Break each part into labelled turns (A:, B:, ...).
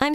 A: I'm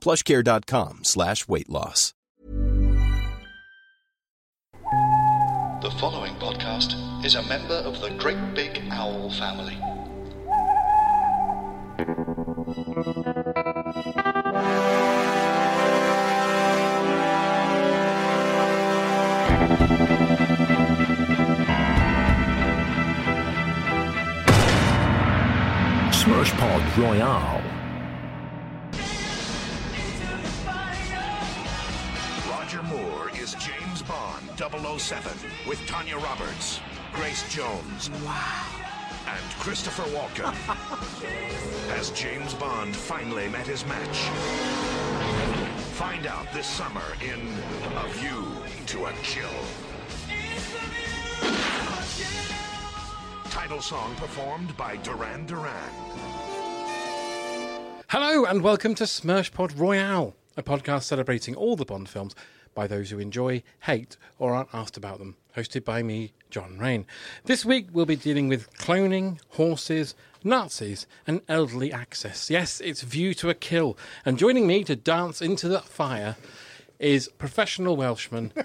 B: Plushcare.com slash weight loss.
C: The following podcast is a member of the Great Big Owl family.
D: Smash Pod Royale.
E: Roger Moore is James Bond 007 with Tanya Roberts, Grace Jones, and Christopher Walken. Has James Bond finally met his match? Find out this summer in A View to a Kill. Title song performed by Duran Duran.
F: Hello and welcome to Smirshpod Royale, a podcast celebrating all the Bond films by those who enjoy, hate, or aren't asked about them, hosted by me, John Rain. This week we'll be dealing with cloning, horses, Nazis, and elderly access. Yes, it's View to a Kill. And joining me to dance into the fire is professional Welshman.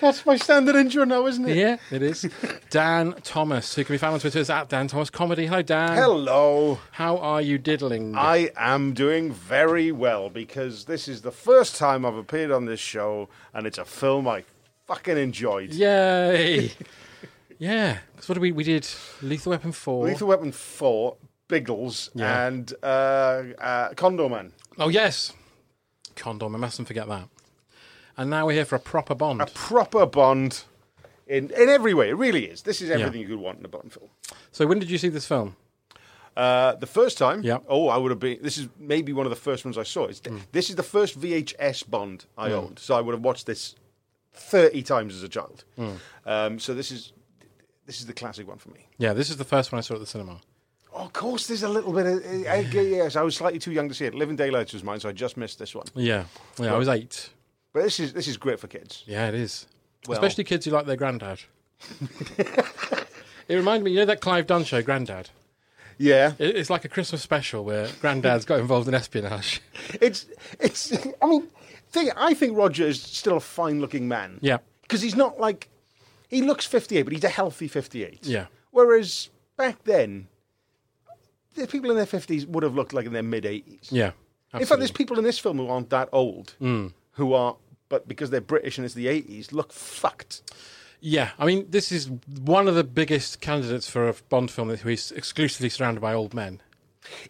G: That's my standard intro now, isn't it?
F: yeah, it is. Dan Thomas, who can be found on Twitter as at Dan Thomas Comedy. Hello, Dan.
G: Hello.
F: How are you diddling?
G: I am doing very well because this is the first time I've appeared on this show and it's a film I fucking enjoyed.
F: Yay! yeah, because what did we we did? Lethal Weapon four.
G: Lethal Weapon 4, Biggles,
F: Yeah.
G: and uh, uh, Condor Man.
F: oh yes, Condom. I mustn't forget that. And now we're here for a proper Bond.
G: A proper Bond in, in every way. It really is. This is everything you could want in a Bond film.
F: so when did you see this film?
G: Uh, the first time,
F: Yeah. Mm.
G: oh, I would have been. This is maybe one of the first ones I saw. It's, This is the first VHS Bond I owned, so I would have watched this thirty times as a child.
F: Mm.
G: Um, so this is this is the classic one for me.
F: Yeah, this is the first one I saw at the cinema.
G: Oh, of course, there's a little bit of I, I- yes. I was slightly too young to see it. Living Daylights was mine, so I just missed this one.
F: Yeah, yeah, I was eight.
G: But this is this is great for kids.
F: Yeah, it is.
G: Well-
F: Especially kids who like their granddad. it reminded me, you know that Clive Dunn show, Granddad.
G: Yeah,
F: It- It's like a Christmas special where Granddad's got involved in espionage.
G: it's it's. I mean, thing, I think Roger is still a fine-looking man.
F: Yeah.
G: because he's not like he looks 58, but he's a healthy 58.
F: Yeah.
G: Whereas back then, the people in their 50s would have looked like in their mid 80s.
F: Yeah,
G: in fact, there's
F: absolutely. Hmm.
G: people in this film who aren't that old, who are, but because they're British and it's the 80s, look fucked.
F: Yeah, I mean, this is one of the biggest candidates for a Bond film who is exclusively surrounded by old men.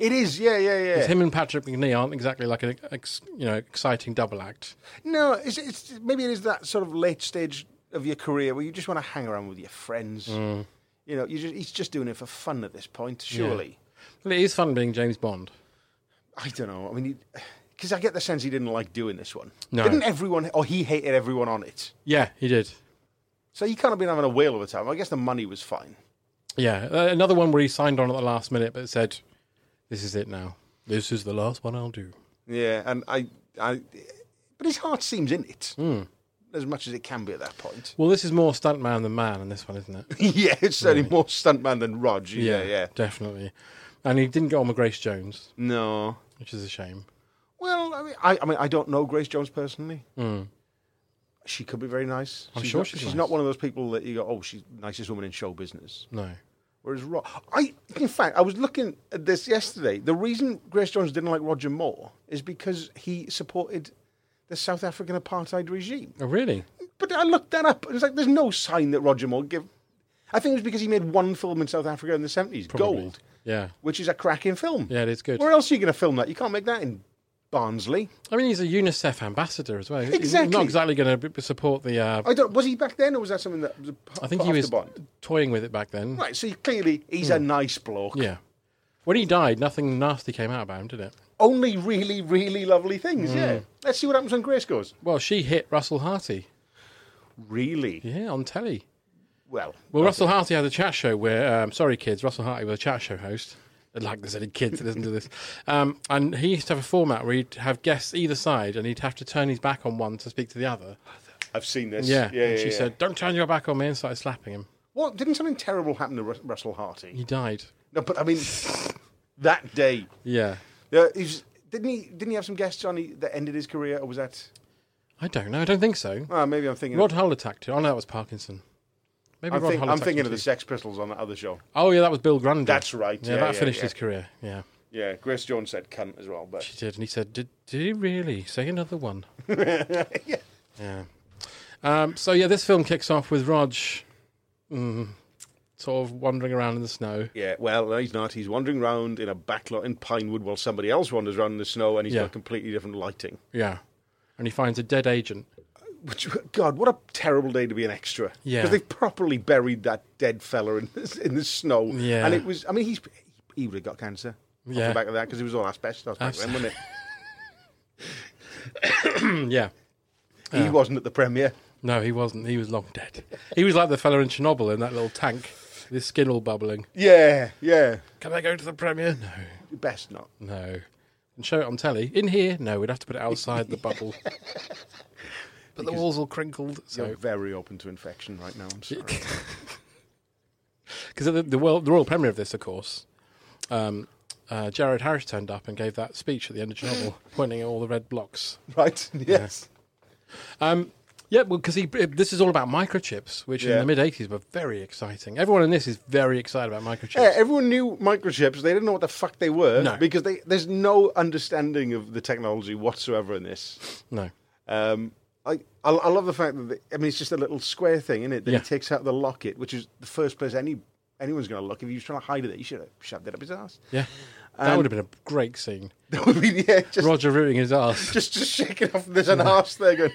G: It is, yeah, yeah, yeah.
F: 'Cause Him and Patrick McNee aren't exactly like an ex, you know exciting double act.
G: No, it's, it's maybe it is that sort of late stage of your career where you just want to hang around with your friends.
F: Hmm.
G: You know, you just, he's just doing it for fun at this point, surely.
F: Well, it is fun being James Bond.
G: I don't know. I mean, because I get the sense he didn't like doing this one.
F: No.
G: Didn't everyone, or he hated everyone on it.
F: Yeah, he did.
G: So he can't have been having a whale of a time. I guess the money was fine.
F: Yeah, uh, another one where he signed on at the last minute but said, "This is it now. This is the last one I'll do."
G: Yeah, and I, I, Hmm. but his heart seems in it as much as it can be at that point.
F: Well, this is more stuntman than man in this one, isn't it?
G: yeah, it's certainly more stuntman than Rog. Yeah, yeah.
F: definitely. And he didn't get on with Grace Jones,
G: No.
F: which is a shame.
G: Well, I mean, I, I mean, I don't know Grace Jones personally. She could be very nice.
F: I'm sure
G: not,
F: she's
G: Hmm. she's
F: nice.
G: not one of those people that you go, oh, she's the nicest woman in show business.
F: No.
G: Whereas Rog, I, in fact, I was looking at this yesterday. The reason Grace Jones didn't like Roger Moore is because he supported the South African apartheid regime.
F: Oh, really?
G: But I looked that up. and It's like there's no sign that Roger Moore gave. I think it was because he made one film in South Africa in the 70s, Gold,
F: Yeah.
G: which is a cracking film.
F: Yeah, it is good.
G: Where else are you going to film that? You can't make that in Barnsley.
F: I mean, he's a UNICEF ambassador as well. He's not
G: Exactly.
F: exactly going to support the. Uh,
G: I don't. Was he back then, or was that something that was? A,
F: I think
G: put
F: he
G: after
F: was
G: Bond?
F: toying with it back then.
G: Right. So he, clearly, he's a nice bloke.
F: Yeah. When he died, nothing nasty came out about him, did it?
G: Only really, really lovely
F: Hmm.
G: things. Yeah. Let's see what happens when Grace goes.
F: Well, she hit Russell Harty.
G: Really?
F: Yeah, on telly.
G: Well,
F: Well, Russell Harty had a chat show where, um, sorry kids, Russell Harty was a chat show host. Like there's any kids that listen to this. Um, and he used to have a format where he'd have guests either side and he'd have to turn his back on one to speak to the other.
G: I've seen this.
F: Yeah.
G: Yeah.
F: and
G: yeah,
F: she
G: yeah.
F: said, Don't turn your back on me and started slapping him.
G: "What? Didn't something terrible happen to Rus- Russell Harty?"
F: He died.
G: No, but I mean, that day.
F: Yeah.
G: Yeah, he was, didn't he? Didn't he have some guests on he, that ended his career, or was that?
F: I don't know. I don't think so.
G: Oh, maybe I'm thinking.
F: Rod
G: of,
F: Hull attacked him. Oh, no, that was Parkinson. Maybe
G: I'm,
F: Rod
G: think,
F: Hull
G: I'm
F: attacked
G: thinking
F: him
G: of the
F: too.
G: Sex Pistols on that other show.
F: Oh, yeah, that was Bill Grundy.
G: That's right.
F: Yeah,
G: Yeah,
F: that
G: yeah,
F: finished
G: yeah.
F: his career. Yeah.
G: Yeah, Grace Jones said "cunt" as well, but
F: She did, and he said, "Did did he really say another one?" yeah. Yeah. Um, so yeah, this film kicks off with Rog, mm, sort of wandering around in the snow.
G: yeah. Well, no, he's not. He's wandering around in a backlot in Pinewood while somebody else wanders around in the snow, and he's
F: Yeah.
G: got completely different lighting.
F: Yeah. And he finds a dead agent.
G: Which, God, what a terrible day to be an extra.
F: Yeah.
G: Because they've properly buried that dead fella in the, in the snow.
F: Yeah.
G: And it was, I mean, he's, he would have got cancer off
F: Yeah.
G: the back of that because it was all asbestos back then, wasn't
F: Mm, yeah.
G: it?
F: Oh.
G: He wasn't at the premiere.
F: No, he wasn't. He was long dead. He was like the fella in Chernobyl in that little tank, his skin all bubbling.
G: Yeah, yeah.
F: Can I go to the premiere? No.
G: Best not.
F: No. And show it on telly. In here? No, we'd have to put it outside the bubble. but the walls all crinkled. So.
G: You're very open to infection right now. I'm sorry.
F: Because the, the, world, the royal premiere of this, of course, um, uh, Jared Harris turned up and gave that speech at the end of Chernobyl, pointing at all the red blocks.
G: right? Yes.
F: Um, yeah, well, because this is all about microchips, which in
G: Yeah.
F: the mid 80s were very exciting. Everyone in this is very excited about microchips.
G: Yeah, everyone knew microchips. They didn't know what the fuck they were
F: No.
G: because they, there's no understanding of the technology whatsoever in this.
F: no.
G: Um, I, I I love the fact that the, I mean it's just a little square thing, isn't it? That
F: Yeah.
G: he takes out the locket, which is the first place any anyone's going to look. If he was trying to hide it, he should have shoved it up his ass.
F: Yeah. that would have been a great scene.
G: That would be yeah, just
F: Roger rooting his ass.
G: just just shaking off. There's an ass there going.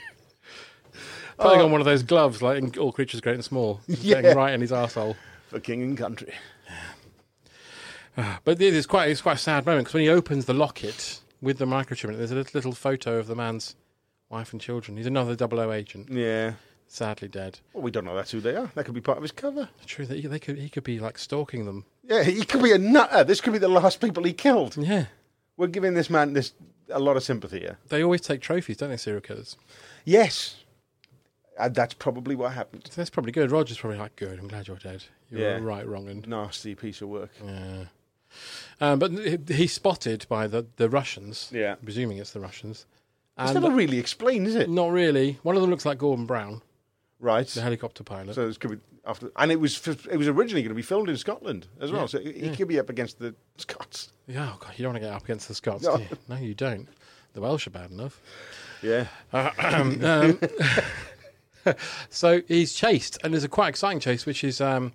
F: Putting on one of those gloves, like in All Creatures Great and Small. just
G: Yeah.
F: getting right in his arsehole.
G: For king and country.
F: But it is quite, it's quite a sad moment because when he opens the locket with the microchip in it, there's a little, little photo of the man's wife and children. He's another 00 agent,
G: Yeah.
F: sadly dead.
G: Well, we don't know that's who they are. That could be part of his cover.
F: True that he, they could, he could be like stalking them.
G: Yeah, he could be a nutter. This could be the last people he killed.
F: Yeah.
G: We're giving this man this a lot of sympathy here.
F: They always take trophies, don't they, serial killers?
G: Yes, and that's probably what happened.
F: So that's probably good. Roger's probably like, good, I'm glad you're dead. You're
G: Yeah.
F: a right, wrong, and.
G: Nasty piece of work.
F: Yeah. Um, but he- he's spotted by the, the Russians.
G: Yeah.
F: Presuming it's the Russians.
G: It's
F: And-
G: never really explained, is it?
F: Not really. One of them looks like Gordon Brown,
G: Right.
F: the helicopter pilot.
G: So this could be after, and it was f- it was originally going to be filmed in Scotland as well. so it, it could be up against the Scots.
F: yeah, oh God, you don't want to get up against the Scots,
G: No.
F: do you? No, you don't. The Welsh are bad enough.
G: Yeah,
F: Um, so he's chased, and there's a quite exciting chase, which is um,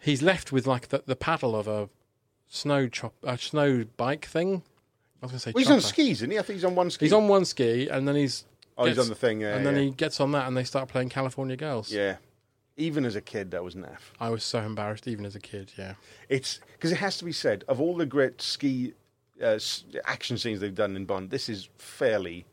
F: he's left with like the, the paddle of a snow chop, a snow bike thing. I was going to say
G: well, he's on
F: chopper.
G: skis, isn't he? I think he's on one ski.
F: He's on one ski, and then he's
G: Oh, he's on the thing, yeah,
F: and then
G: yeah.
F: he gets on that, and they start playing California Girls.
G: Yeah, even as a kid, that was naff.
F: I was so embarrassed, even as a kid. Yeah,
G: It's because it has to be said of all the great ski uh, s- action scenes they've done in Bond, this is fairly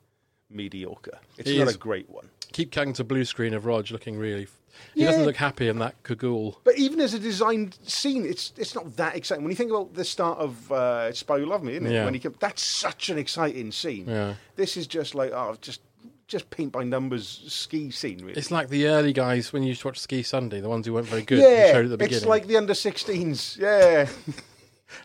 G: mediocre. It's
F: It
G: not
F: is.
G: a great one.
F: keep cutting to blue screen of Rog looking really. f- He doesn't
G: Yeah.
F: look happy in that cagoule.
G: But even as a designed scene, it's it's not that exciting. When you think about the start of uh, Spy Who Loved Me, isn't it?
F: Yeah.
G: When he came, that's such an exciting scene.
F: Yeah.
G: This is just like oh, just just paint by numbers ski scene. Really.
F: It's like the early guys when you used to watch Ski Sunday, the ones who weren't very good. who
G: yeah,
F: showed at the beginning,
G: it's like the under 16s. Yeah,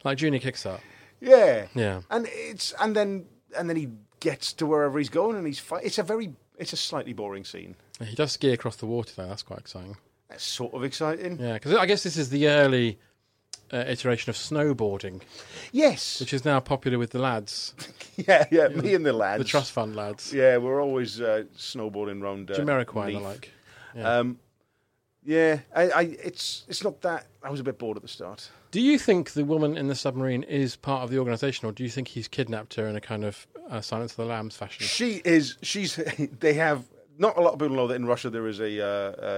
F: like Junior Kickstart.
G: yeah,
F: Yeah.
G: And it's and then and then he gets to wherever he's going and he's fi- It's a very it's a slightly boring scene.
F: He does ski across the water though. That's quite exciting.
G: That's sort of exciting.
F: Yeah, because I guess this is the early uh, iteration of snowboarding,
G: Yes.
F: which is now popular with the lads,
G: yeah, yeah. Me and the lads.
F: the trust fund lads,
G: Yeah, we're always uh, snowboarding round. Uh,
F: Jamiroquai and the
G: Leith.
F: like.
G: Um, yeah, I, I, it's it's not that. I was a bit bored at the start.
F: Do you think the woman in the submarine is part of the organisation, or do you think he's kidnapped her in a kind of uh, Silence of the Lambs fashion?
G: She is. She's. They have. Not a lot of people know that in Russia there is a uh,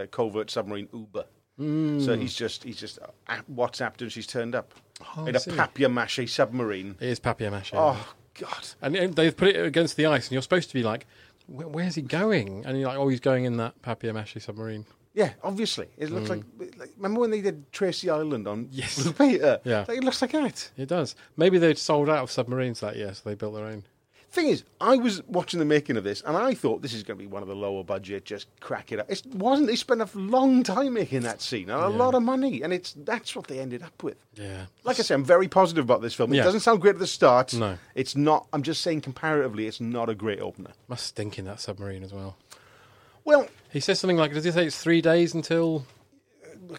G: uh, covert submarine Uber.
F: Hmm.
G: So he's just he's just uh, WhatsApped and she's turned up
F: Oh, I
G: in a
F: see.
G: papier-mâché submarine.
F: It is papier-mâché.
G: Oh God!
F: And uh, they've put it against the ice, and you're supposed to be like, "Where- where's he going? And you're like, oh, he's going in that papier-mâché submarine.
G: Yeah, obviously it looks like, like. Remember when they did Tracy Island on
F: Hmm. Yes.
G: Blue Peter?
F: Yeah.
G: Like, it looks like that.
F: It does. Maybe they'd sold out of submarines that year, so they built their own.
G: Thing is, I was watching the making of this, and I thought this is going to be one of the lower budget, just crack it up. It wasn't. They spent a long time making that scene and a lot of money, and it's that's what they ended up with.
F: Yeah.
G: Like I say, I'm very positive about this film. It
F: Yeah.
G: doesn't sound great at the start.
F: No.
G: it's not. I'm just saying comparatively, it's not a great opener.
F: Must stink in that submarine as well.
G: Well,
F: He says something like, does he say it's three days until.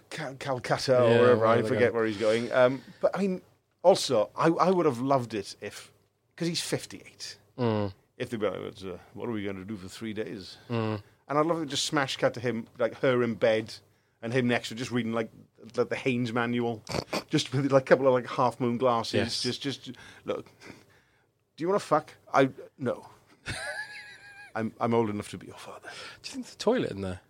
G: Cal- Calcutta
F: Yeah,
G: or wherever.
F: where
G: I
F: they're
G: forget
F: going.
G: where he's going. Um, but I mean, also, I, I would have loved it if because he's 58.
F: Mm.
G: If they were, uh, what are we going to do for three days?
F: Mm.
G: And I'd love to just smash cut to him, like her in bed, and him next to her, just reading like the, the Haynes manual, just with like a couple of like half moon glasses.
F: Yes.
G: Just, just look. Do you want to fuck? I no. I'm I'm old enough to be your father.
F: Do you think there's a toilet in there?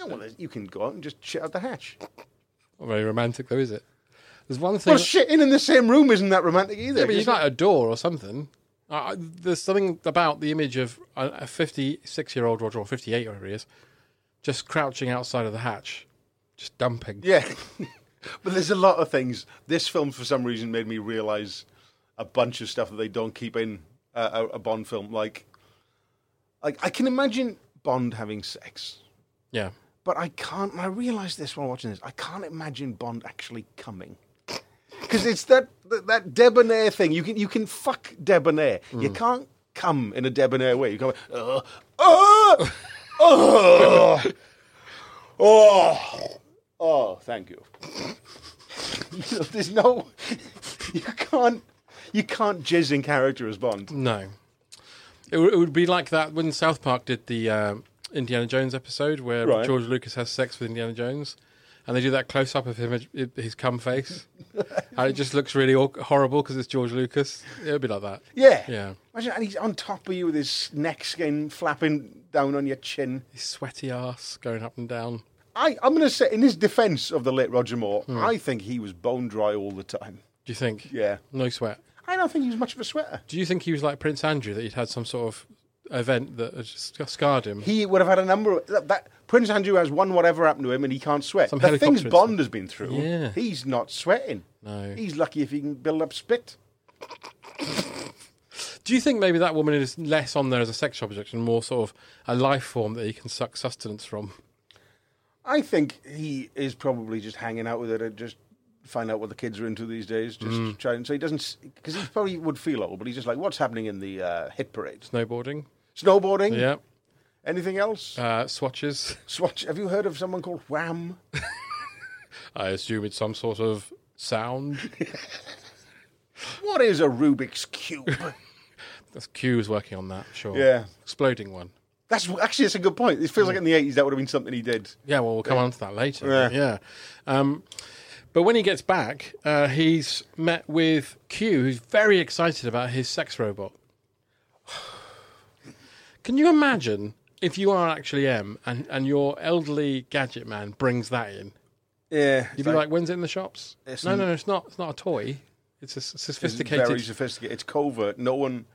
G: No, well, you can go out and just shit out the hatch.
F: Not very romantic, though, is it? There's one thing.
G: Well, shitting in the same room isn't that romantic either.
F: yeah, but
G: is
F: you've
G: it?
F: got a door or something. Uh, there's something about the image of a 56 year old Roger, or 58 or whatever he is, just crouching outside of the hatch, just dumping.
G: Yeah. but there's a lot of things. This film, for some reason, made me realise a bunch of stuff that they don't keep in a, a, a Bond film. Like, like I can imagine Bond having sex,
F: Yeah.
G: but I can't. And I realised this while watching this. I can't imagine Bond actually coming. Because it's that, that that debonair thing. You can you can fuck debonair. You can't come in a debonair way. You come, uh, uh, oh, oh, oh, thank you. You know, There's no, you can't, you can't jizz in character as Bond.
F: No. It, w- it would be like that when South Park did the uh, Indiana Jones episode where
G: Right.
F: George Lucas has sex with Indiana Jones. And they do that close up of him, uh, his cum face. and it just looks really awk- horrible because it's George Lucas. It would be like that.
G: Yeah,
F: Yeah.
G: Imagine, and he's on top of you with his neck skin flapping down on your chin.
F: His sweaty ass going up and down.
G: I, I'm going to say, in his defence of the late Roger Moore,
F: Hmm.
G: I think he was bone dry all the time.
F: Do you think?
G: Yeah.
F: No sweat.
G: I don't think he was much of a sweater.
F: Do you think he was like Prince Andrew, that he'd had some sort of event that had sc- scarred him?
G: He would have had a number of that, that Prince Andrew has one whatever happened to him, and he can't sweat.
F: Some
G: the things
F: helicopter incident.
G: Bond has been through,
F: Yeah.
G: he's not sweating.
F: No.
G: he's lucky if he can build up spit.
F: Do you think maybe that woman is less on there as a sex object and more sort of a life form that he can suck sustenance from?
G: I think he is probably just hanging out with her to just find out what the kids are into these days. Just
F: Hmm.
G: trying, so he doesn't because he probably would feel old, but he's just like, what's happening in the uh, hit parade?
F: Snowboarding?
G: Snowboarding?
F: Yeah.
G: Anything else?
F: Uh, swatches.
G: Swatch? Have you heard of someone called Wham?
F: I assume it's some sort of sound.
G: what is a Rubik's cube?
F: That's Q is working on that, sure.
G: Yeah.
F: Exploding one.
G: That's actually that's a good point. It feels like in the eighties that would have been something he did.
F: Yeah, well, we'll come on to that later.
G: Yeah.
F: Yeah. Um, but when he gets back, uh, he's met with Q, who's very excited about his sex robot. Can you imagine if you are actually M and, and your elderly gadget man brings that in?
G: Yeah,
F: You'd be like, when's it in the shops?
G: It's
F: No,
G: n-
F: no, no, it's not. It's not a toy. It's a s-
G: it's
F: sophisticated.
G: very sophisticated. It's covert. No one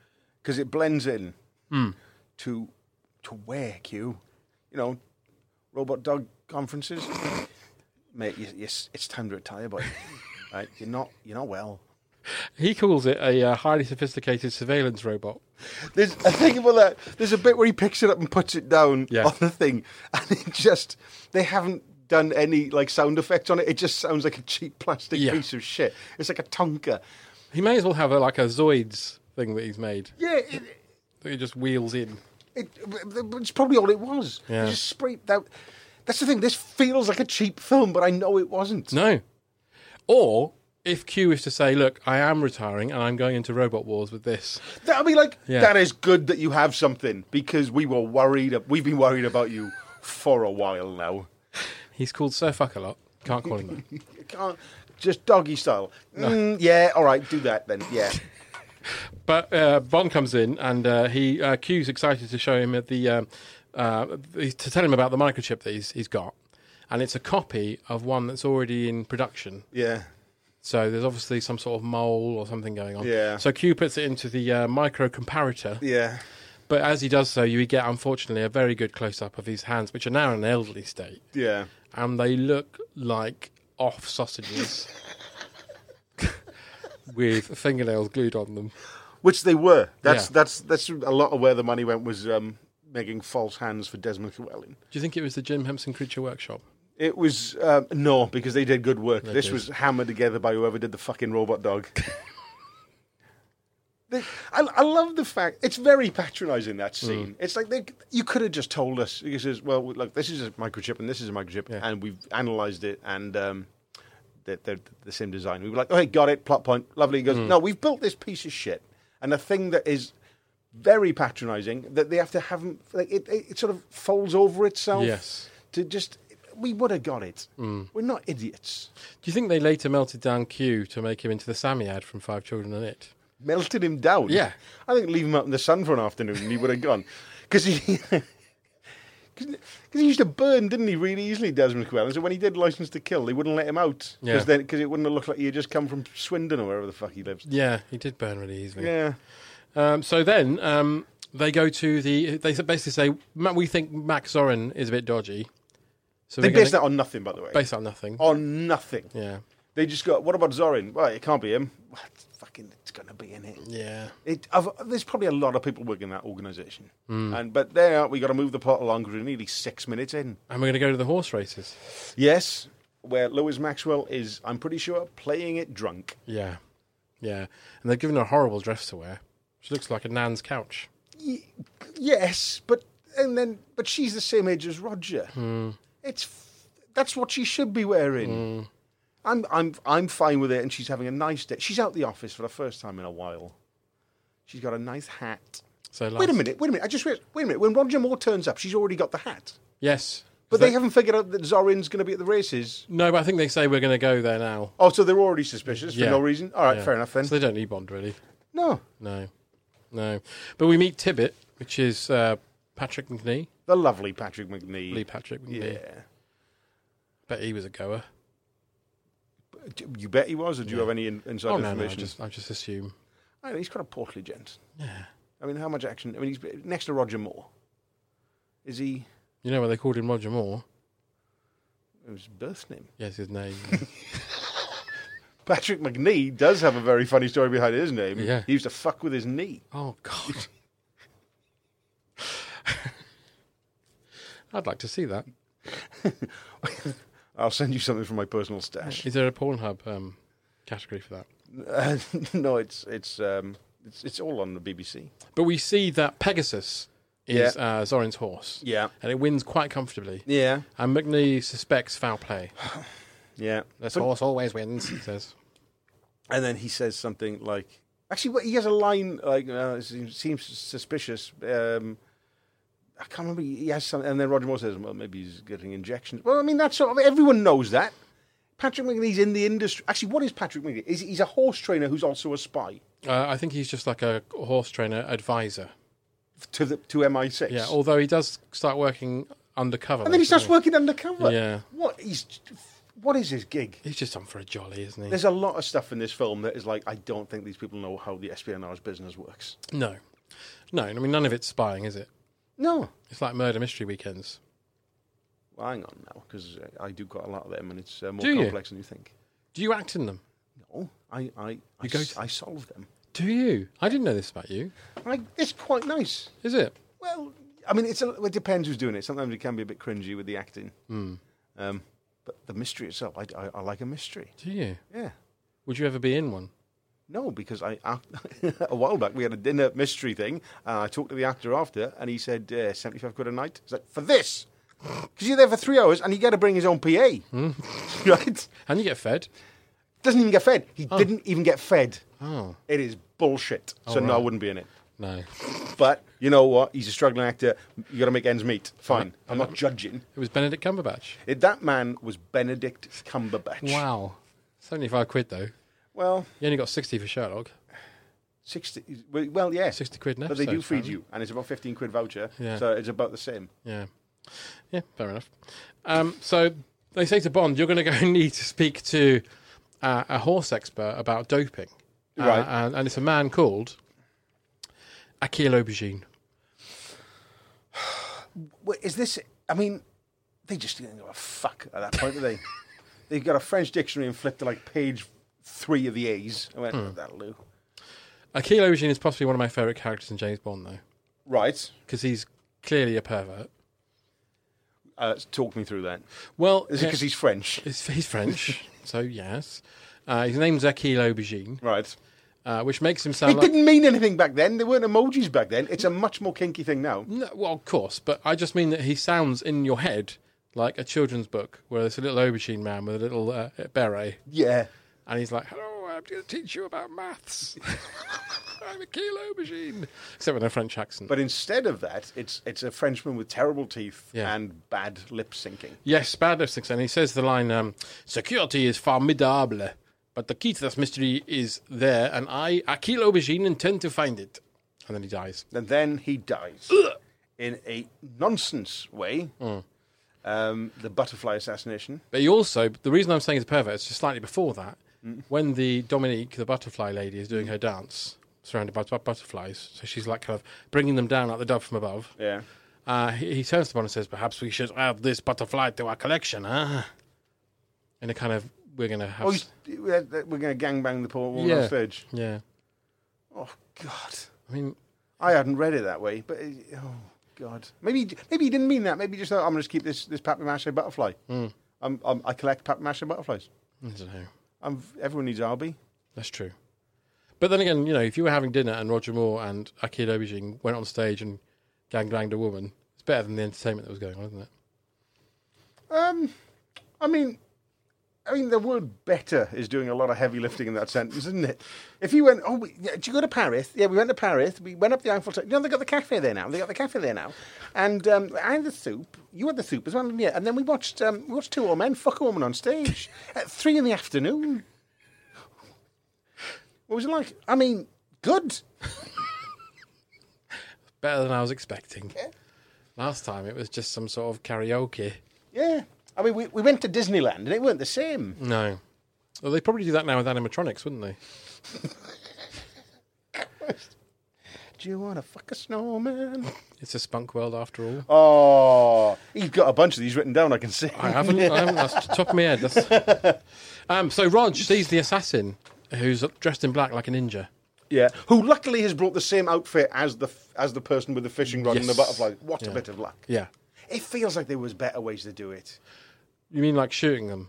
G: because it blends in Hmm. to to where Q, you know, robot dog conferences. Mate, you, you, s- it's time to retire, boy. right, you're not you're not well.
F: He calls it a uh, highly sophisticated surveillance robot.
G: There's I think about that. There's a bit where he picks it up and puts it down
F: Yeah.
G: on the thing, and it just they haven't done any like sound effects on it. It just sounds like a cheap plastic
F: Yeah.
G: piece of shit. It's like a Tonka.
F: He may as well have a, like a Zoids thing that he's made
G: Yeah, it,
F: that he just wheels in.
G: It, but- but it's probably all it was. They
F: Yeah.
G: just scraped out. That's the thing. This feels like a cheap film, but I know it wasn't.
F: No. Or if Q is to say, look, I am retiring and I'm going into Robot Wars with this.
G: That, I mean, like
F: Yeah.
G: that is good that you have something because we were worried. ab- We've been worried about you for a while now.
F: He's called Sir Fuck a lot. Can't call him that.
G: You can't just doggy style. Mm, yeah, all right, do that then. Yeah,
F: But uh, Bond comes in and uh, he uh, Q's excited to show him at the um, uh, to tell him about the microchip that he's, he's got, and it's a copy of one that's already in production.
G: yeah.
F: So there's obviously some sort of mole or something going on.
G: Yeah.
F: So Q puts it into the uh, micro comparator.
G: Yeah.
F: But as he does so, you get unfortunately a very good close up of his hands, which are now in an elderly state,
G: Yeah.
F: and they look like off sausages with fingernails glued on them.
G: Which they were. That's
F: Yeah.
G: that's that's a lot of where the money went was um, making false hands for Desmond Llewellyn.
F: Do you think it was the Jim Henson Creature Workshop?
G: It was um, no because they did good work. this
F: did.
G: was hammered together by whoever did the fucking robot dog. The- I, I love the fact it's very patronising that
F: Mm.
G: scene. It's like they, you could have just told us. He says, "Well, look, this is a microchip and this is a microchip,
F: Yeah.
G: and we've analysed it, and um, they're, they're the same design." We were like, "Okay, got it. Plot point, lovely." He goes,
F: Mm.
G: "No, we've built this piece of shit, and a thing that is very patronising that they have to have like it, it, it sort of folds over itself."
F: Yes. Mm.
G: to just we would have got it. We're not idiots.
F: Do you think they later melted down Q to make him into the Sammy ad from Five Children and It?
G: melted him down.
F: Yeah.
G: I think leave him out in the sun for an afternoon and he would have gone. Because he. Because he used to burn, didn't he, really easily, Desmond Llewellyn. So when he did License to Kill, they wouldn't let him out
F: Yeah.
G: because then because it wouldn't have looked like he had just come from Swindon or wherever the fuck he lives.
F: Yeah, he did burn really easily.
G: Yeah,
F: Um, so then um, they go to the. They basically say "Ma- we think Max Zorin is a bit dodgy. So
G: they
F: we're gonna-
G: based that on Oh. nothing, by the way.
F: based on nothing.
G: on nothing.
F: Yeah,
G: They just got. What about Zorin? Well, it can't be him. Well, it's fucking, it's gonna be in it.
F: yeah.
G: It, I've, there's probably a lot of people working in that organisation,
F: Hmm.
G: and but there we got to move the plot along. 'cause We're nearly six minutes in.
F: And we're going to go to the horse races.
G: Yes, where Lewis Maxwell is, I'm pretty sure, playing it drunk.
F: Yeah, yeah. And they've given her a horrible dress to wear. She looks like a nan's couch.
G: Y- yes, but and then but she's the same age as Roger. It's f- that's what she should be wearing. I'm I'm I'm fine with it, and she's having a nice day. She's out the office for the first time in a while. She's got a nice hat.
F: So last,
G: Wait a minute, wait a minute. I just wait, wait a minute. When Roger Moore turns up, she's already got the hat.
F: Yes,
G: But
F: Is
G: they
F: that-
G: haven't figured out that Zorin's going to be at the races.
F: No, but I think they say we're going to go there now.
G: Oh, so they're already suspicious
F: Yeah.
G: for no reason. All right,
F: Yeah.
G: fair enough then.
F: So they don't need Bond really.
G: no,
F: No, no. But we meet Tibbet, which is uh, Patrick McNee.
G: the lovely Patrick McNee.
F: Lee Patrick McNee.
G: yeah.
F: Bet he was a goer.
G: Do You bet he was, or do you have any in, inside
F: oh no, no, I
G: information?
F: just I just assume.
G: I mean, he's got a portly gent.
F: Yeah.
G: I mean, how much action? I mean, he's next to Roger Moore. Is he?
F: You know when they called him Roger Moore?
G: It was his birth name.
F: Yes, his name.
G: Patrick McNee does have a very funny story behind his name.
F: Yeah.
G: He used to fuck with his knee.
F: oh God. I'd like to see that.
G: I'll send you something from my personal stash.
F: Is there a Pornhub um, category for that?
G: Uh, no, it's it's um it's, it's all on the BBC.
F: But we see that Pegasus is
G: Yeah.
F: uh, Zorin's horse.
G: Yeah.
F: And it wins quite comfortably.
G: Yeah.
F: And McNee suspects foul play.
G: Yeah.
F: This
G: But-
F: horse always wins, he says.
G: And then he says something like, actually, what- he has a line like, uh, it seems, seems suspicious. Um, I can't remember. He has something. And then Roger Moore says, well, maybe he's getting injections. Well, I mean, that's sort of, everyone knows that. Patrick McNee's in the industry. Actually, what is Patrick McNee? Is he's a horse trainer who's also a spy
F: Uh, I think he's just like a horse trainer advisor.
G: to the to MI6.
F: Yeah, although he does start working undercover.
G: and then he
F: later,
G: starts
F: doesn't
G: working undercover.
F: Yeah.
G: What he's what is his gig?
F: He's just on for a jolly, isn't he?
G: There's a lot of stuff in this film that is like, I don't think these people know how the espionage business works.
F: No. No, I mean, none of it's spying, is it?
G: No.
F: It's like murder mystery weekends.
G: Well, hang on now, because I do quite a lot of them, and it's uh, more
F: Do you?
G: complex than you think.
F: Do you act in them?
G: No, I, I, I,
F: go
G: s-
F: to-
G: I solve them.
F: Do you? I didn't know this about you.
G: I, it's quite nice.
F: Is it?
G: Well, I mean, it's a, it depends who's doing it. Sometimes it can be a bit cringy with the acting.
F: Hmm.
G: Um, but the mystery itself, I, I, I like a mystery.
F: Do you?
G: Yeah.
F: Would you ever be in one?
G: No, because I, I a while back we had a dinner mystery thing, and I talked to the actor after, and he said uh, seventy-five quid a night. He's like, for this,
F: Hmm.
G: because you're there for three hours, and you got to bring his own PA, right?
F: And you get fed.
G: Doesn't even get fed. He didn't even get fed.
F: Oh.
G: It is bullshit. so no, I wouldn't be in it.
F: No.
G: But you know what? He's a struggling actor. You got to make ends meet. Fine. I'm not judging.
F: It was Benedict Cumberbatch.
G: It- that man was Benedict Cumberbatch.
F: Wow. 75 quid, though.
G: Well,
F: You only got 60 for Sherlock.
G: sixty. Well, yeah,
F: 60 quid an
G: But they do
F: episode,
G: feed
F: apparently.
G: you, and it's about fifteen quid voucher.
F: Yeah.
G: So it's about the same.
F: Yeah. Yeah, fair enough. Um, so they say to Bond, you're going to go and need to speak to uh, a horse expert about doping. Uh,
G: Right.
F: and, and it's a man called Akil Aubergine.
G: Wait, is this? I mean, they just didn't give a fuck at that point, did they? They got a French dictionary and flipped to like page three of the A's. I went,
F: Hmm.
G: that'll do.
F: Akil Aubergine is possibly one of my favourite characters in James Bond, though,
G: Right.
F: because he's clearly a pervert.
G: Uh, talk me through that.
F: Well,
G: Is it because he's French?
F: he's, he's French? so, yes. Uh, his name's Akil Aubergine,
G: Right.
F: uh, which makes him sound
G: It
F: like.
G: didn't mean anything back then. There weren't emojis back then. It's a much more kinky thing now.
F: No, well, of course, but I just mean that he sounds in your head like a children's book where there's a little aubergine man with a little uh, beret,
G: Yeah.
F: and he's like, "Hello, I'm going to teach you about maths. I'm a kilo aubergine," except with a French accent.
G: But instead of that, it's it's a Frenchman with terrible teeth
F: Yeah.
G: and bad lip syncing.
F: yes, bad lipsticks, and he says the line, um, "Security is formidable, but the key to this mystery is there, and I, Akil Aubergine, intend to find it." And then he dies.
G: And then he dies in a nonsense way. Um, the butterfly assassination.
F: But he also, the reason I'm saying it's pervert is just slightly before that,
G: Mm.
F: when the Dominique, the butterfly lady, is doing her dance, surrounded by bu- butterflies, so she's like kind of bringing them down like the dove from above.
G: Yeah.
F: Uh, he, he turns to Bond and says, "Perhaps we should add this butterfly to our collection, huh?" In a kind of, we're gonna have,
G: Oh,
F: s-
G: he's, we're going to gangbang the poor woman
F: Yeah.
G: on stage.
F: yeah.
G: Oh God,
F: I mean,
G: I hadn't read it that way, but it, oh God, maybe maybe he didn't mean that. Maybe he just thought I'm going to keep this this papier mâché butterfly. I'm, I'm, I collect papier mâché butterflies.
F: I don't know.
G: I'm, everyone needs Arby.
F: That's true. But then again, you know, if you were having dinner and Roger Moore and Akil Aubergine went on stage and gangbanged a woman, it's better than the entertainment that was going on, isn't it?
G: Um, I mean, I mean, the word "better" is doing a lot of heavy lifting in that sentence, isn't it? If you went, oh, we, yeah, did you go to Paris? Yeah, we went to Paris. We went up the Eiffel Tower. You know, they got the cafe there now. They got the cafe there now, and um, I had the soup. You had the soup as well, yeah. And then we watched um, we watched two old men fuck a woman on stage at three in the afternoon. What was it like? I mean, good.
F: better than I was expecting. Last time it was just some sort of karaoke.
G: Yeah. I mean, we, we went to Disneyland and it weren't the same.
F: No. Well, they probably do that now with animatronics, wouldn't they?
G: Do you want to fuck a snowman?
F: It's a spunk world after all.
G: Oh, he's got a bunch of these written down. I can see.
F: I haven't. I haven't. That's the top of my head. That's... Um, so Rog sees the assassin who's dressed in black like a ninja.
G: Yeah, who luckily has brought the same outfit as the f- as the person with the fishing rod and the
F: Yes.
G: butterfly. What
F: Yeah.
G: a bit of luck!
F: Yeah.
G: It feels like there was better ways to do it.
F: You mean like shooting them?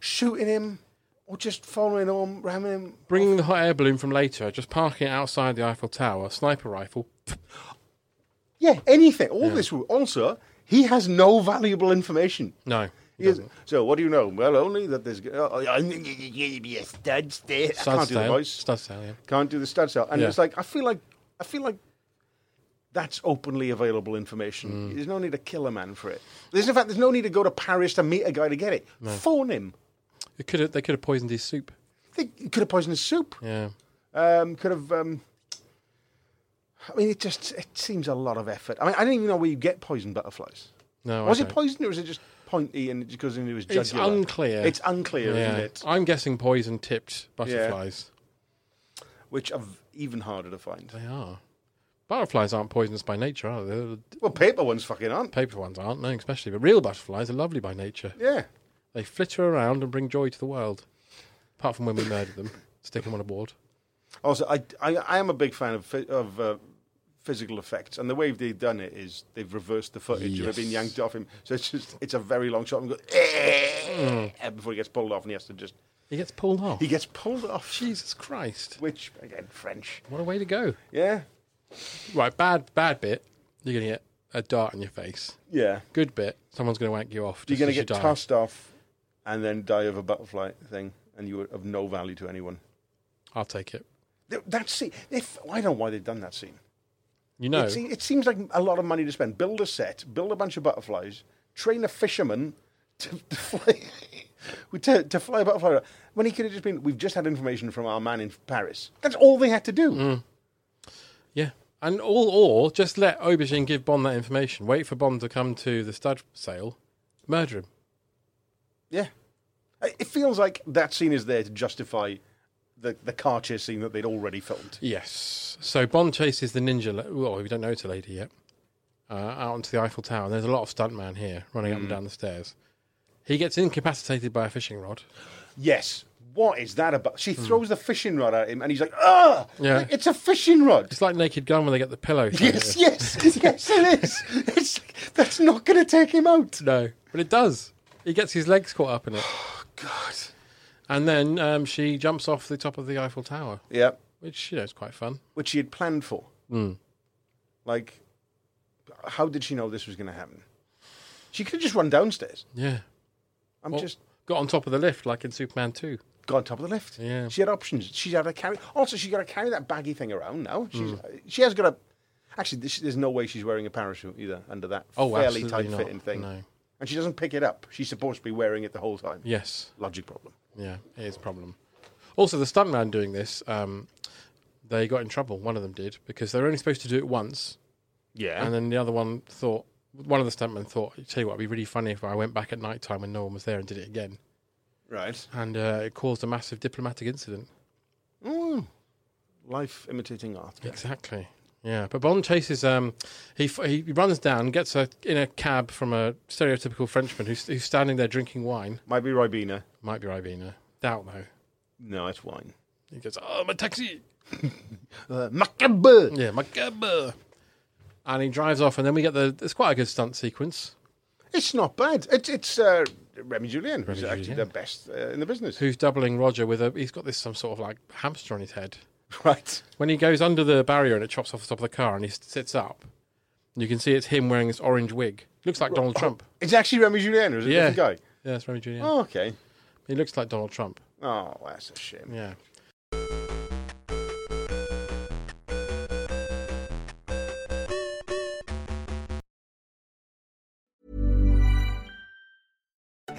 G: Shooting him, or just following him, ramming him.
F: Bringing the hot air balloon from later, just parking it outside the Eiffel Tower, sniper rifle.
G: Yeah, anything. All this. will- Also, he has no valuable information.
F: No.
G: He has- so, what do you know? Well, only that there's. Oh, oh, I'm going to be a stud stay. I can't do the
F: Studsdale.
G: voice.
F: Studsdale, yeah.
G: Can't do the stud cell. And
F: Yeah.
G: it's like I feel like I feel like that's openly available
F: Mm.
G: information. There's no need to kill a man for it. There's in fact there's no need to go to Paris to meet a guy to get it. Phone him.
F: They could have. They could have poisoned his soup.
G: They could have poisoned his soup.
F: Yeah.
G: Um, could have. Um, I mean, it just it seems a lot of effort. I mean, I don't even know where you get poisoned butterflies.
F: No. I
G: was it
F: don't.
G: poisoned or is it just pointy and it just goes into his jugular?
F: It's unclear.
G: It's unclear,
F: Yeah.
G: isn't it?
F: I'm guessing poison tipped butterflies.
G: Which are even harder to find.
F: They are. Butterflies aren't poisonous by nature, are they? The
G: Well, paper ones fucking aren't.
F: paper ones aren't, no, especially. But real butterflies are lovely by nature.
G: Yeah.
F: They flitter around and bring joy to the world. Apart from when we murder them, stick them on a board.
G: Also, I, I, I am a big fan of phy- of uh, physical effects, and the way they've done it is they've reversed the footage and
F: Yes.
G: it's been yanked off him. So it's just it's a very long shot and goes "Eh," before he gets pulled off, and he has to just
F: He gets pulled off.
G: he gets pulled off.
F: Jesus Christ.
G: Which again, French,
F: What a way to go.
G: yeah,
F: Right, bad bad bit. You're going to get a dart in your face.
G: yeah.
F: Good bit. Someone's going to wank you off.
G: You're
F: just
G: going to
F: as you
G: get
F: die.
G: tossed off and then die of a butterfly thing. and you were of no value to anyone.
F: I'll take it.
G: Th- That scene, if, I don't know why they've done that scene.
F: You know,
G: It, seems, it seems like a lot of money to spend. Build a set, build a bunch of butterflies, train a fisherman to, to fly. To, to fly a butterfly around. when he could have just been we've just had information from our man in paris that's all they had to do
F: yeah. And all or just let Aubergine give Bond that information. Wait for Bond to come to the stud sale, murder him.
G: yeah I- it feels like that scene is there to justify the, the car chase scene that they'd already filmed
F: Yes. So Bond chases the ninja. la- Well, we don't know it's a lady yet. Uh, out onto the Eiffel Tower. There's a lot of stuntman here running
G: Mm.
F: up and down the stairs. He gets incapacitated by a fishing rod.
G: yes what is that about she throws the fishing rod at him and he's like ah
F: Yeah.
G: Like, it's a fishing rod
F: It's like Naked Gun when they get the pillow. thing.
G: yes yes yes it is it's, like, that's not going to take him out
F: No, but it does. He gets his legs caught up in it.
G: god
F: And then um, she jumps off the top of the Eiffel Tower,
G: yeah
F: which, you know, is quite fun.
G: which she had planned for. Like, how did she know this was going to happen? She could have just run downstairs.
F: Yeah.
G: I'm
F: Well,
G: just
F: Got on top of the lift like in Superman 2.
G: got on top of the lift.
F: Yeah.
G: She had options. She had to carry. Also, she got to carry that baggy thing around now.
F: Hmm.
G: She's, She has got a. Actually, this, there's no way she's wearing a parachute either under that
F: Oh,
G: fairly
F: absolutely
G: tight
F: not.
G: fitting thing.
F: No.
G: And she doesn't pick it up. She's supposed to be wearing it the whole time.
F: Yes.
G: Logic problem.
F: Yeah, it is a problem. Also, the stuntman doing this, um, they got in trouble. One of them did because they were only supposed to do it once,
G: Yeah.
F: and then the other one thought. One of the stuntmen thought, "Tell you what, it'd be really funny if I went back at night time when no one was there and did it again."
G: right.
F: And uh, it caused a massive diplomatic incident.
G: Mm. Life imitating art.
F: Exactly. Yeah, but Bond chases. Um, he f- he runs down, gets a in a cab from a stereotypical Frenchman who's, who's standing there drinking wine.
G: Might be Ribena.
F: Might be Ribena. Doubt though.
G: No, it's wine.
F: He goes, "Oh, my taxi."
G: Uh, Macabre.
F: Yeah, my uh. gabba. And he drives off, and then we get the. It's quite a good stunt sequence.
G: It's not bad. It, it's uh, Remy Julien, who's
F: Remy
G: actually
F: Julien.
G: the best uh, in the business.
F: Who's doubling Roger with a? He's got this some sort of like hamster on his head.
G: Right.
F: When he goes under the barrier and it chops off the top of the car, and he s- sits up, you can see it's him wearing this orange wig. Looks like Donald Trump.
G: oh, It's actually Remy Julien, or is it
F: Yeah,
G: a different guy?
F: Yeah, that's Remy Jr.
G: Oh, okay.
F: He looks like Donald Trump.
G: Oh, that's a shame.
F: Yeah.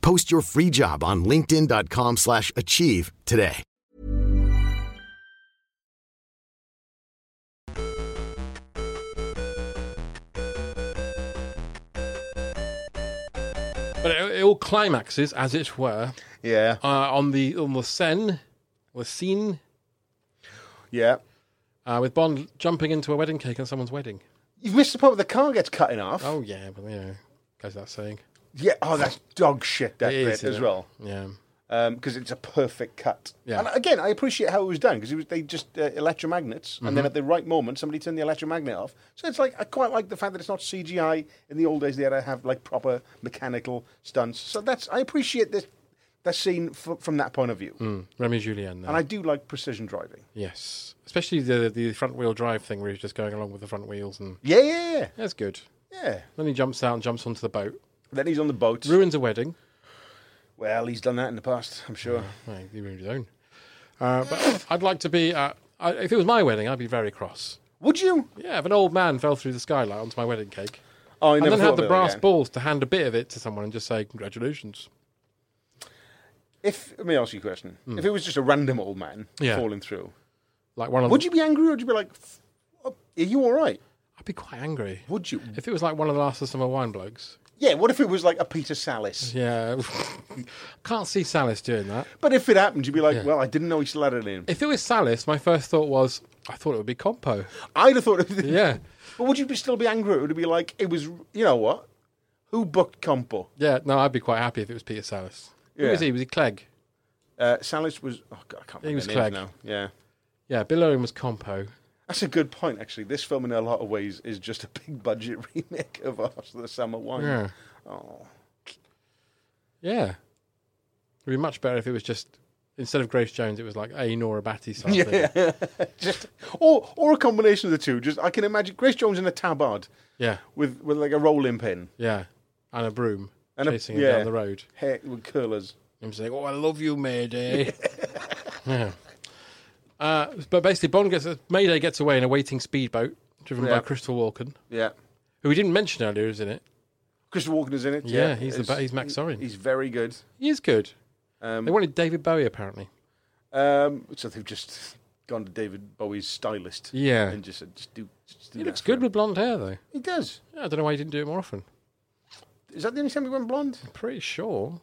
H: Post your free job on linkedin.com/achieve slash achieve today.
F: But it, it all climaxes, as it were,
G: Yeah.
F: uh, on the on the Seine, the scene
G: Yeah.
F: uh, with Bond jumping into a wedding cake at someone's wedding.
G: You've missed the part where the car gets cut in half.
F: Oh yeah, but yeah, goes that saying.
G: Yeah. Oh, that's dog shit, that
F: It is,
G: bit
F: isn't
G: as
F: it?
G: well.
F: Yeah.
G: Because Um, it's a perfect cut.
F: Yeah.
G: And again, I appreciate how it was done because they just uh, electromagnets, and
F: Mm-hmm.
G: then at the right moment, somebody turned the electromagnet off. So it's like, I quite like the fact that it's not CGI. In the old days, they had to have like proper mechanical stunts. So that's, I appreciate this, that scene f- from that point of view.
F: Remy Julien there.
G: And I do like precision driving.
F: yes. Especially the the front wheel drive thing where he's just going along with the front wheels and
G: Yeah, yeah, yeah.
F: that's good.
G: yeah.
F: Then he jumps out and jumps onto the boat.
G: Then he's on the boat.
F: Ruins a wedding.
G: Well, he's done that in the past, I'm sure.
F: Well, he ruined his own. Uh, but I'd like to be uh, I, if it was my wedding, I'd be very cross.
G: Would you?
F: Yeah, if an old man fell through the skylight onto my wedding cake.
G: Oh, I
F: and then
G: thought
F: have
G: of
F: the
G: it
F: brass
G: again.
F: balls to hand a bit of it to someone and just say congratulations.
G: If let me ask you a question, if it was just a random old man
F: Mm. Yeah.
G: falling through,
F: Like one of
G: Would
F: the,
G: you be angry or would you be like, "F- oh, are you all right?
F: I'd be quite angry.
G: Would you?
F: If it was like one of the last of summer wine blokes.
G: Yeah, what if it was like a Peter Salis?
F: Yeah. Can't see Salis doing that.
G: But if it happened, you'd be like, well, I didn't know he still had it in. him."
F: If it was Salis, my first thought was, I thought it would be Compo.
G: I'd have thought of
F: Yeah.
G: But would you be still be angry? Would it be like, it was, you know what? Who booked Compo?
F: Yeah, no, I'd be quite happy if it was Peter Salis. Who
G: Yeah.
F: was he? Was he Clegg?
G: Uh, Salis was, oh God, I can't remember
F: was
G: their
F: Clegg.
G: names now. Yeah.
F: Yeah, Bill Owen was Compo.
G: That's a good point, actually. This film, in a lot of ways, is just a big budget remake of Arse of the Summer Wine.
F: Yeah.
G: Oh.
F: Yeah. It'd be much better if it was just, instead of Grace Jones, it was like a Nora Batty style thing.
G: Yeah. just, or, or a combination of the two. Just I can imagine Grace Jones in a tabard
F: Yeah.
G: with, with like a rolling pin,
F: Yeah. And a broom
G: And a-
F: chasing him
G: yeah.
F: down the road.
G: hair with curlers.
F: Him saying, "Oh, I love you, Mayday." yeah. Uh, but basically, Bond gets Mayday gets away in a waiting speedboat driven by
G: Yeah.
F: Crystal Walken,
G: Yeah.
F: who we didn't mention earlier, is in it.
G: Christopher Walken is in it.
F: Yeah, he's the ba- he's Max
G: he-
F: Oren.
G: He's very good.
F: He is good.
G: Um,
F: They wanted David Bowie apparently.
G: um, so they've just gone to David Bowie's stylist.
F: Yeah.
G: and just said, just do. Just do
F: He
G: that
F: looks
G: for
F: good
G: him.
F: with blonde hair though.
G: He does.
F: Yeah, I don't know why he didn't do it more often.
G: Is that the only time he went blonde?
F: Pretty sure.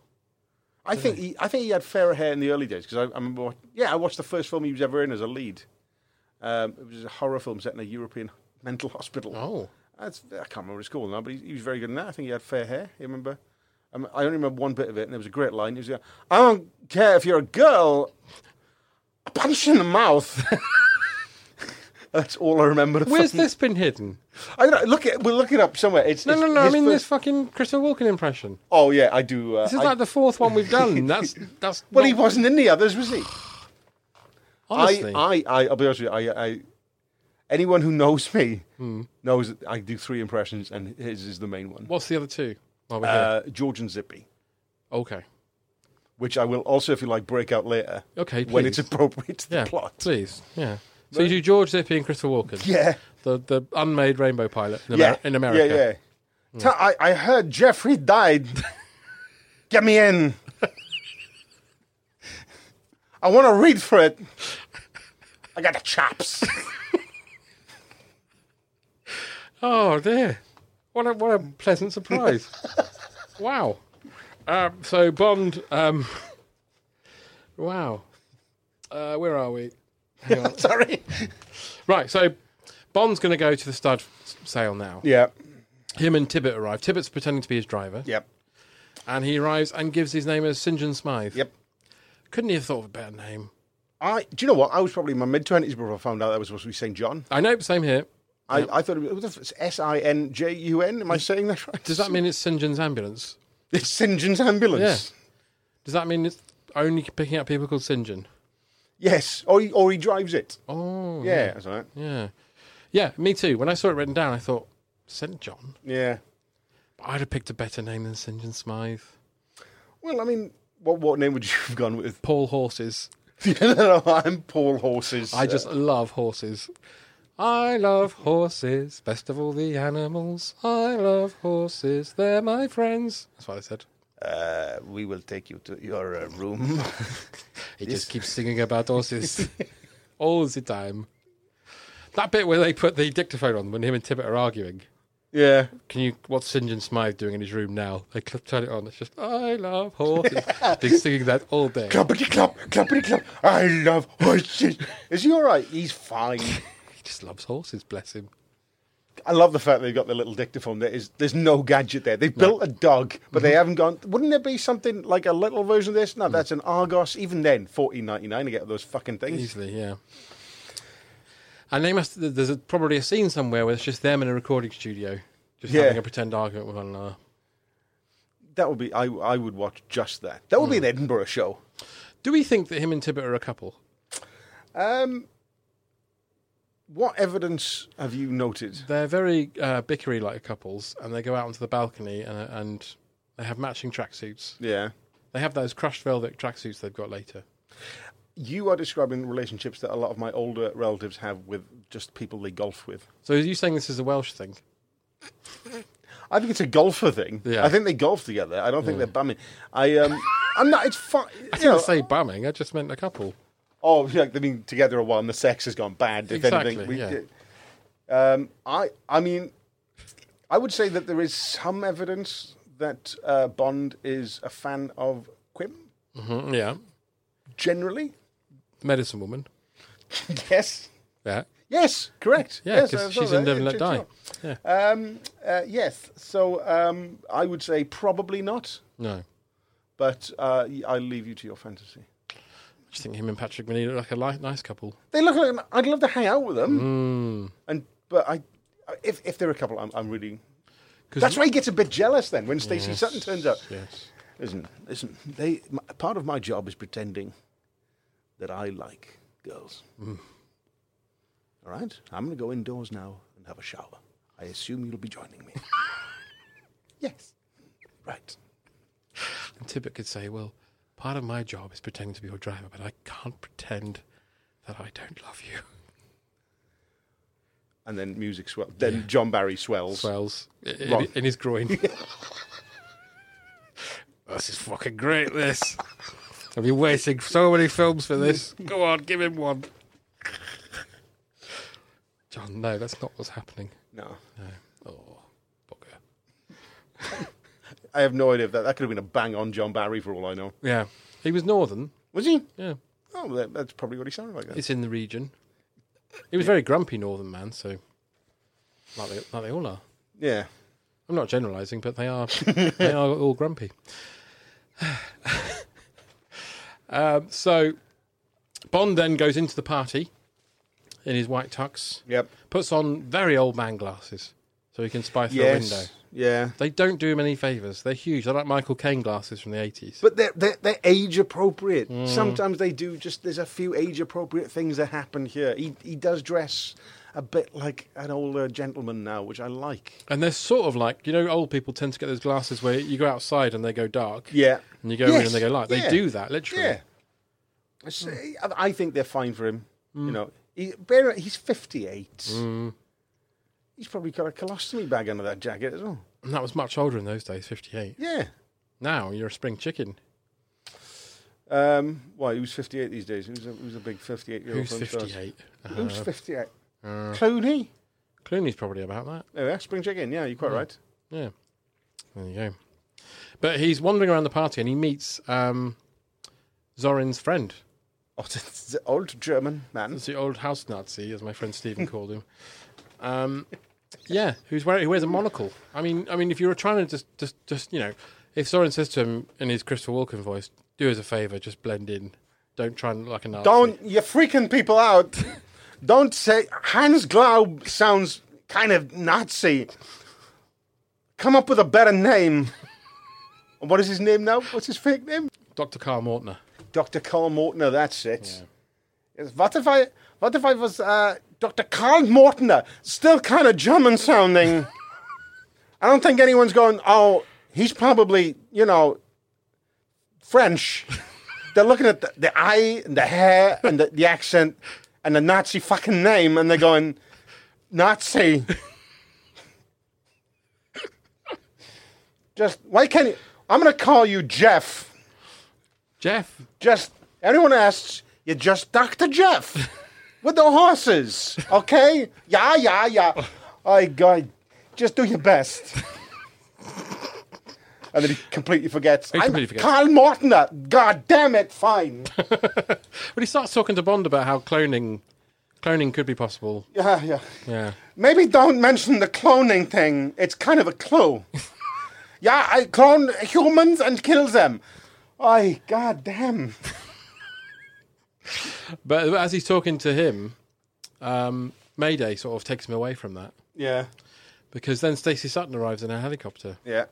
G: I think he, I think he had fairer hair in the early days because I, I remember. What, yeah, I watched the first film he was ever in as a lead. Um, it was a horror film set in a European mental hospital.
F: Oh,
G: That's, I can't remember what it's called now, but he, he was very good in that. I think he had fair hair. You remember? Um, I only remember one bit of it, and there was a great line. He was, like, "I don't care if you're a girl, a punch in the mouth." That's all I remember. the
F: where's
G: film.
F: this been hidden?
G: I don't know, look it. We'll look it up somewhere. It's
F: No,
G: it's
F: no, no. I
G: his
F: mean
G: first-
F: this fucking Crystal Walken impression.
G: Oh yeah, I do. Uh,
F: This is
G: I-
F: like the fourth one we've done. That's that's.
G: well,
F: not-
G: he wasn't in the others, was he? I,
F: Honestly,
G: I, I, I'll be honest with you. I, I, anyone who knows me
F: Hmm.
G: knows that I do three impressions, and his is the main one.
F: what's the other two? While we're
G: Uh, George and Zippy, Uh,
F: here. Okay.
G: which I will also, if you like, break out later.
F: Okay,
G: when it's
F: please.
G: appropriate to the
F: Yeah,
G: plot.
F: please. Yeah. So you do George Zippy and Crystal Walken.
G: Yeah,
F: The the unmade Rainbow Pilot in,
G: yeah,
F: Amer- in America. Hmm.
G: Yeah, yeah. Ta- I, I heard Jeffrey died. Get me in. I want to read for it. I got the chops.
F: Oh dear. What a what a pleasant surprise. wow. Um, so Bond. Um, wow. Uh, where are we?
G: Sorry.
F: Right. So Bond's going to go to the stud s- sale now.
G: Yeah.
F: Him and Tibbet arrive. Tibbet's pretending to be his driver,
G: Yep.
F: and he arrives and gives his name as St John Smythe.
G: Yep.
F: Couldn't he have thought of a better name?
G: I do you know what? I was probably in my mid twenties before I found out that was supposed to be Saint John.
F: I know. Same here.
G: I, I thought it was S I N J U N. Am I saying that right?
F: Does that mean it's St John's ambulance?
G: it's St John's ambulance?
F: Does that mean it's only picking up people called St John?
G: Yes, or he, or he drives it.
F: Oh,
G: yeah, that's all right.
F: yeah, yeah. Me too. When I saw it written down, I thought Saint John.
G: Yeah.
F: I'd have picked a better name than Saint John Smythe.
G: Well, I mean, what what name would you have gone with?
F: Paul Horses.
G: no, no, I'm Paul Horses.
F: I just love horses. I love horses, best of all the animals. I love horses, they're my friends. That's what I said.
G: Uh, we will take you to your uh, room.
F: He just keeps singing about horses all the time. That bit where they put the dictaphone on when him and Tibbet are arguing.
G: yeah.
F: Can you? What's St John Smythe doing in his room now? They cl- turn it on. It's just I love horses. Been singing that all day.
G: Clappity clap, clappity clap. I love horses. Is he all right? He's fine.
F: He just loves horses. Bless him.
G: I love the fact they've got the little dictaphone. There is there's no gadget there. They've built a dog, but
F: Mm-hmm.
G: they haven't gone. Wouldn't there be something like a little version of
F: Mm.
G: this? No, that's an Argos. Even then, fourteen ninety nine to get those fucking things.
F: Easily, yeah. And they must. There's a, probably a scene somewhere where it's just them in a recording studio, just
G: Yeah.
F: having a pretend argument with one another.
G: That would be. I I would watch just that. That
F: Mm.
G: would be an Edinburgh show.
F: Do we think that him and Tibbet are a couple?
G: Um, what evidence have you noted?
F: They're very uh, bickery like couples, and they go out onto the balcony and, uh, and they have matching tracksuits.
G: Yeah.
F: They have those crushed velvet tracksuits they've got later.
G: You are describing relationships that a lot of my older relatives have with just people they golf with.
F: So are you saying this is a Welsh thing?
G: I think it's a golfer thing.
F: Yeah.
G: I think they golf together. I don't think they're bumming. I um, I'm not. It's fine.
F: I didn't say bumming. I just meant a couple.
G: oh, yeah, they've been together a while and the sex has gone bad. If anything,
F: Exactly, yeah.
G: did- um, I, I mean, I would say that there is some evidence that uh, Bond is a fan of Quim
F: Mhm, yeah.
G: generally.
F: Medicine Woman.
G: yes,
F: Yeah.
G: yes, correct.
F: Yeah,
G: Yes,
F: because
G: I saw
F: she's
G: that.
F: in Live and Let
G: Check it
F: Die.
G: out.
F: Yeah.
G: Um, uh, yes, so um, I would say probably not,
F: No.
G: but uh, I leave you to your fantasy.
F: I just think him and Patrick Maney look like a li- nice couple.
G: They look like I'd love to hang out with them,
F: Hmm.
G: and but I, if if they're a couple, I'm, I'm really.
F: 'Cause-
G: That's why he gets a bit jealous then when Stacey Sutton turns up.
F: Yes.
G: Listen, listen. They m part of my job is pretending that I like girls.
F: Hmm.
G: All right, I'm going to go indoors now and have a shower. I assume you'll be joining me. yes. Right.
F: And Tippett could say, well, part of my job is pretending to be your driver, but I can't pretend that I don't love you.
G: And then music swells. Then John Barry swells.
F: Swells i- i-
G: Wrong.
F: in, his groin. this is fucking great, this. I've been waiting so many films for this. Go on, give him one. John, no, that's not what's happening.
G: No,
F: No. Oh, bugger.
G: I have no idea if that that could have been a bang on John Barry for all I know.
F: Yeah. He was northern.
G: Was he?
F: Yeah.
G: Oh, that, that's probably what he sounded like. Then.
F: It's in the region. He was very grumpy northern man, so like they, like they all are.
G: Yeah.
F: I'm not generalising, but they are they are all grumpy. um, so Bond then goes into the party in his white tux,
G: Yep.
F: puts on very old man glasses so he can spy through a window.
G: Yes. Yeah.
F: They don't do him any favours. They're huge. They're like Michael Caine glasses from the 80s.
G: But they're, they're, they're age appropriate. Sometimes they do just, there's a few age appropriate things that happen here. He, he does dress a bit like an older gentleman now, which I like.
F: and they're sort of like, you know, old people tend to get those glasses where you go outside and they go dark.
G: Yeah.
F: And you go in and they go light. They do that, literally.
G: Yeah. It's- I- I think they're fine for him. You know, he, bear, he's 58. He's probably got a colostomy bag under that jacket as well.
F: And that was much older in those days, 58.
G: Yeah.
F: Now you're a spring chicken.
G: Um, why? Who's 58 these days? Who's a, who's Uh, a big 58 year old?
F: Who's 58?
G: Who's 58? Clooney?
F: Clooney's probably about that.
G: Oh, yeah, spring chicken. Yeah, you're quite right.
F: Yeah. There you go. But he's wandering around the party and he meets um, Zorin's friend.
G: Oh, it's the old German man.
F: It's the old house Nazi, as my friend Stephen called him. Um, yeah, who's wearing, who wears a monocle. I mean, I mean, if you were trying to just, just, just you know, if Zorin says to him in his Christopher Walken voice, "Do us a favor, just blend in. Don't try and look like a Nazi."
G: Don't you're freaking people out. Don't say Hans Glaub sounds kind of Nazi. Come up with a better name. And what is his name now? What's his fake name?
F: Dr. Carl Mortner.
G: Dr. Karl Mortner, that's it. Yes, what if I what if I was uh, Dr. Karl Mortner? Still kind of German sounding. I don't think anyone's going, oh, he's probably, you know, French. they're looking at the, the eye and the hair and the, the accent and the Nazi fucking name and they're going, Nazi. Just, why can't you? I'm going to call you Jeff
F: Jeff,
G: just everyone asks, you're just Dr. Jeff with the horses, okay? Yeah, yeah, yeah. I God, just do your best. And then he completely forgets.
F: He completely forgets.
G: Carl Mortner. God damn it, fine.
F: But he starts talking to Bond about how cloning cloning could be possible.
G: yeah, yeah.
F: Yeah.
G: Maybe don't mention the cloning thing. It's kind of a clue. yeah, I clone humans and kill them. I god damn.
F: But as he's talking to him, um, Mayday sort of takes him away from that
G: Yeah.
F: because then Stacey Sutton arrives in a helicopter
G: Yeah.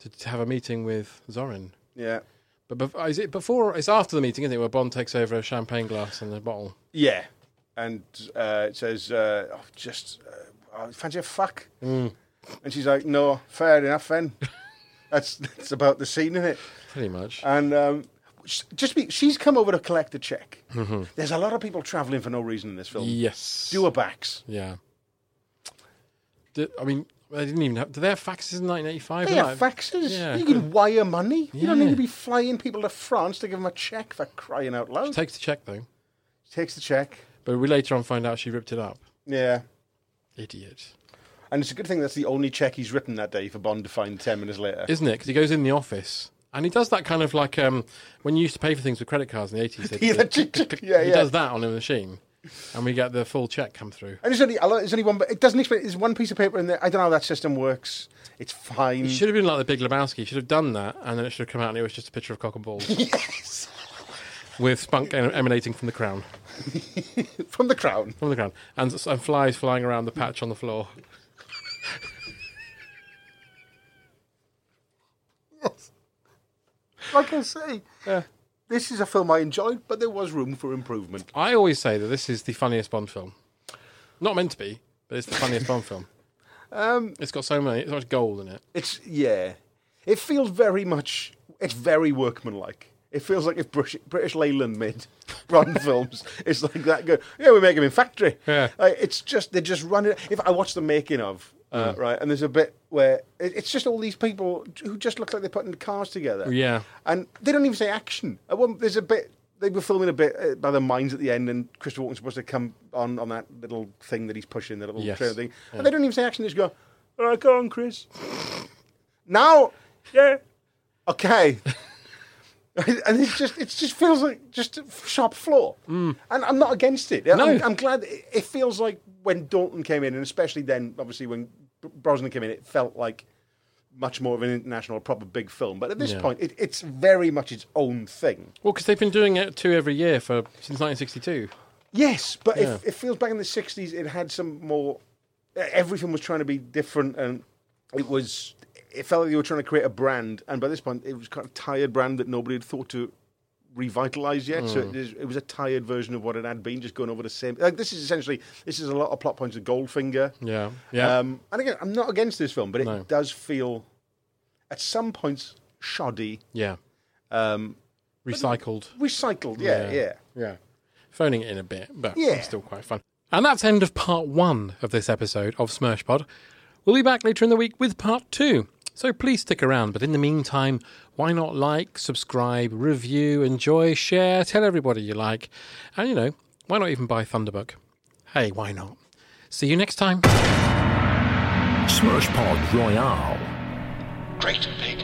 F: to, to have a meeting with Zorin.
G: Yeah.
F: But bef- is it before? It's after the meeting, isn't it? Where Bond takes over a champagne glass and a bottle.
G: Yeah, and uh, it says uh, oh, just uh, oh, fancy a fuck,
F: Mm.
G: and she's like, "No, fair enough then." that's that's about the scene, isn't it?
F: Pretty much.
G: And um, sh- just be, she's come over to collect a check.
F: Mm-hmm.
G: There's a lot of people travelling for no reason in this film.
F: yes.
G: Do a backs.
F: yeah. Did, I mean, they didn't even have. Do they have faxes in 1985?
G: They have faxes.
F: Yeah,
G: you
F: good.
G: can wire money. You don't
F: Yeah.
G: need to be flying people to France to give them a check for crying out loud.
F: Takes the check though.
G: takes the check.
F: But we later on find out she ripped it up.
G: Yeah.
F: Idiot.
G: And it's a good thing that's the only check he's written that day for Bond to find 10 minutes later.
F: Isn't it? Because he goes in the office and he does that kind of like um, when you used to pay for things with credit cards in the 80s. They,
G: Yeah,
F: they-
G: chick,
F: click,
G: chick,
F: click,
G: yeah,
F: He
G: yeah.
F: does that on the machine and we get the full check come through.
G: And there's only, I like- there's only one, but it doesn't explain, there's one piece of paper in there. I don't know how that system works. It's fine.
F: It should have been like the Big Lebowski. He should have done that and then it should have come out and it was just a picture of cock and balls. yes! With spunk em- emanating from the crown.
G: From the crown.
F: From the ground. And, s- and flies flying around the patch on the floor.
G: Like I say, this is a film I enjoyed, but there was room for improvement.
F: I always say that this is the funniest Bond film. Not meant to be, but it's the funniest Bond film. Um, it's got so many, so much gold in it.
G: It's, yeah. It feels very much, it's very workmanlike. It feels like if British, British Leyland made Bond films, it's like that good. Yeah, we make them in factory.
F: Yeah.
G: Like, it's just, they just run it. If I watch the making of,
F: Mm.
G: uh, right, and there's a bit where it, it's just all these people who just look like they're putting cars together.
F: Yeah.
G: And they don't even say action. At one, there's a bit. They were filming a bit uh, by the mines at the end, and Christopher Walken's supposed to come on on that little thing that he's pushing, the little
F: Yes.
G: trailer thing. And they don't even say action. They just go, "All right, go on, Chris." now, yeah, okay. and it's just it just feels like just a shop floor. And I'm not against it. I'm, I'm glad it, it feels like when Dalton came in, and especially then, obviously when Br- Brosnan came in, it felt like much more of an international, proper big film. But at this
F: Yeah.
G: point, it, it's very much its own thing.
F: Well, because they've been doing it two every year for since 1962.
G: Yes, but
F: Yeah.
G: if it feels back in the '60s, it had some more. Everything was trying to be different, and it was. It felt like you were trying to create a brand, and by this point, it was kind of tired brand that nobody had thought to revitalize yet.
F: Mm.
G: So it, is, it was a tired version of what it had been, just going over the same. Like this is essentially this is a lot of plot points of Goldfinger.
F: Yeah, yeah.
G: Um, and again, I'm not against this film, but it
F: No.
G: does feel at some points shoddy,
F: Yeah,
G: um,
F: recycled,
G: recycled. Yeah,
F: Yeah.
G: yeah.
F: yeah, phoning it in a bit, but
G: Yeah.
F: still quite fun. And that's end of part one of this episode of Smirsh Pod. We'll be back later in the week with part two. So please stick around. But in the meantime, why not like, subscribe, review, enjoy, share, tell everybody you like, and you know, why not even buy Thunderbook? Hey, why not? See you next time.
D: Smirsh Pod Royale.
C: Great Big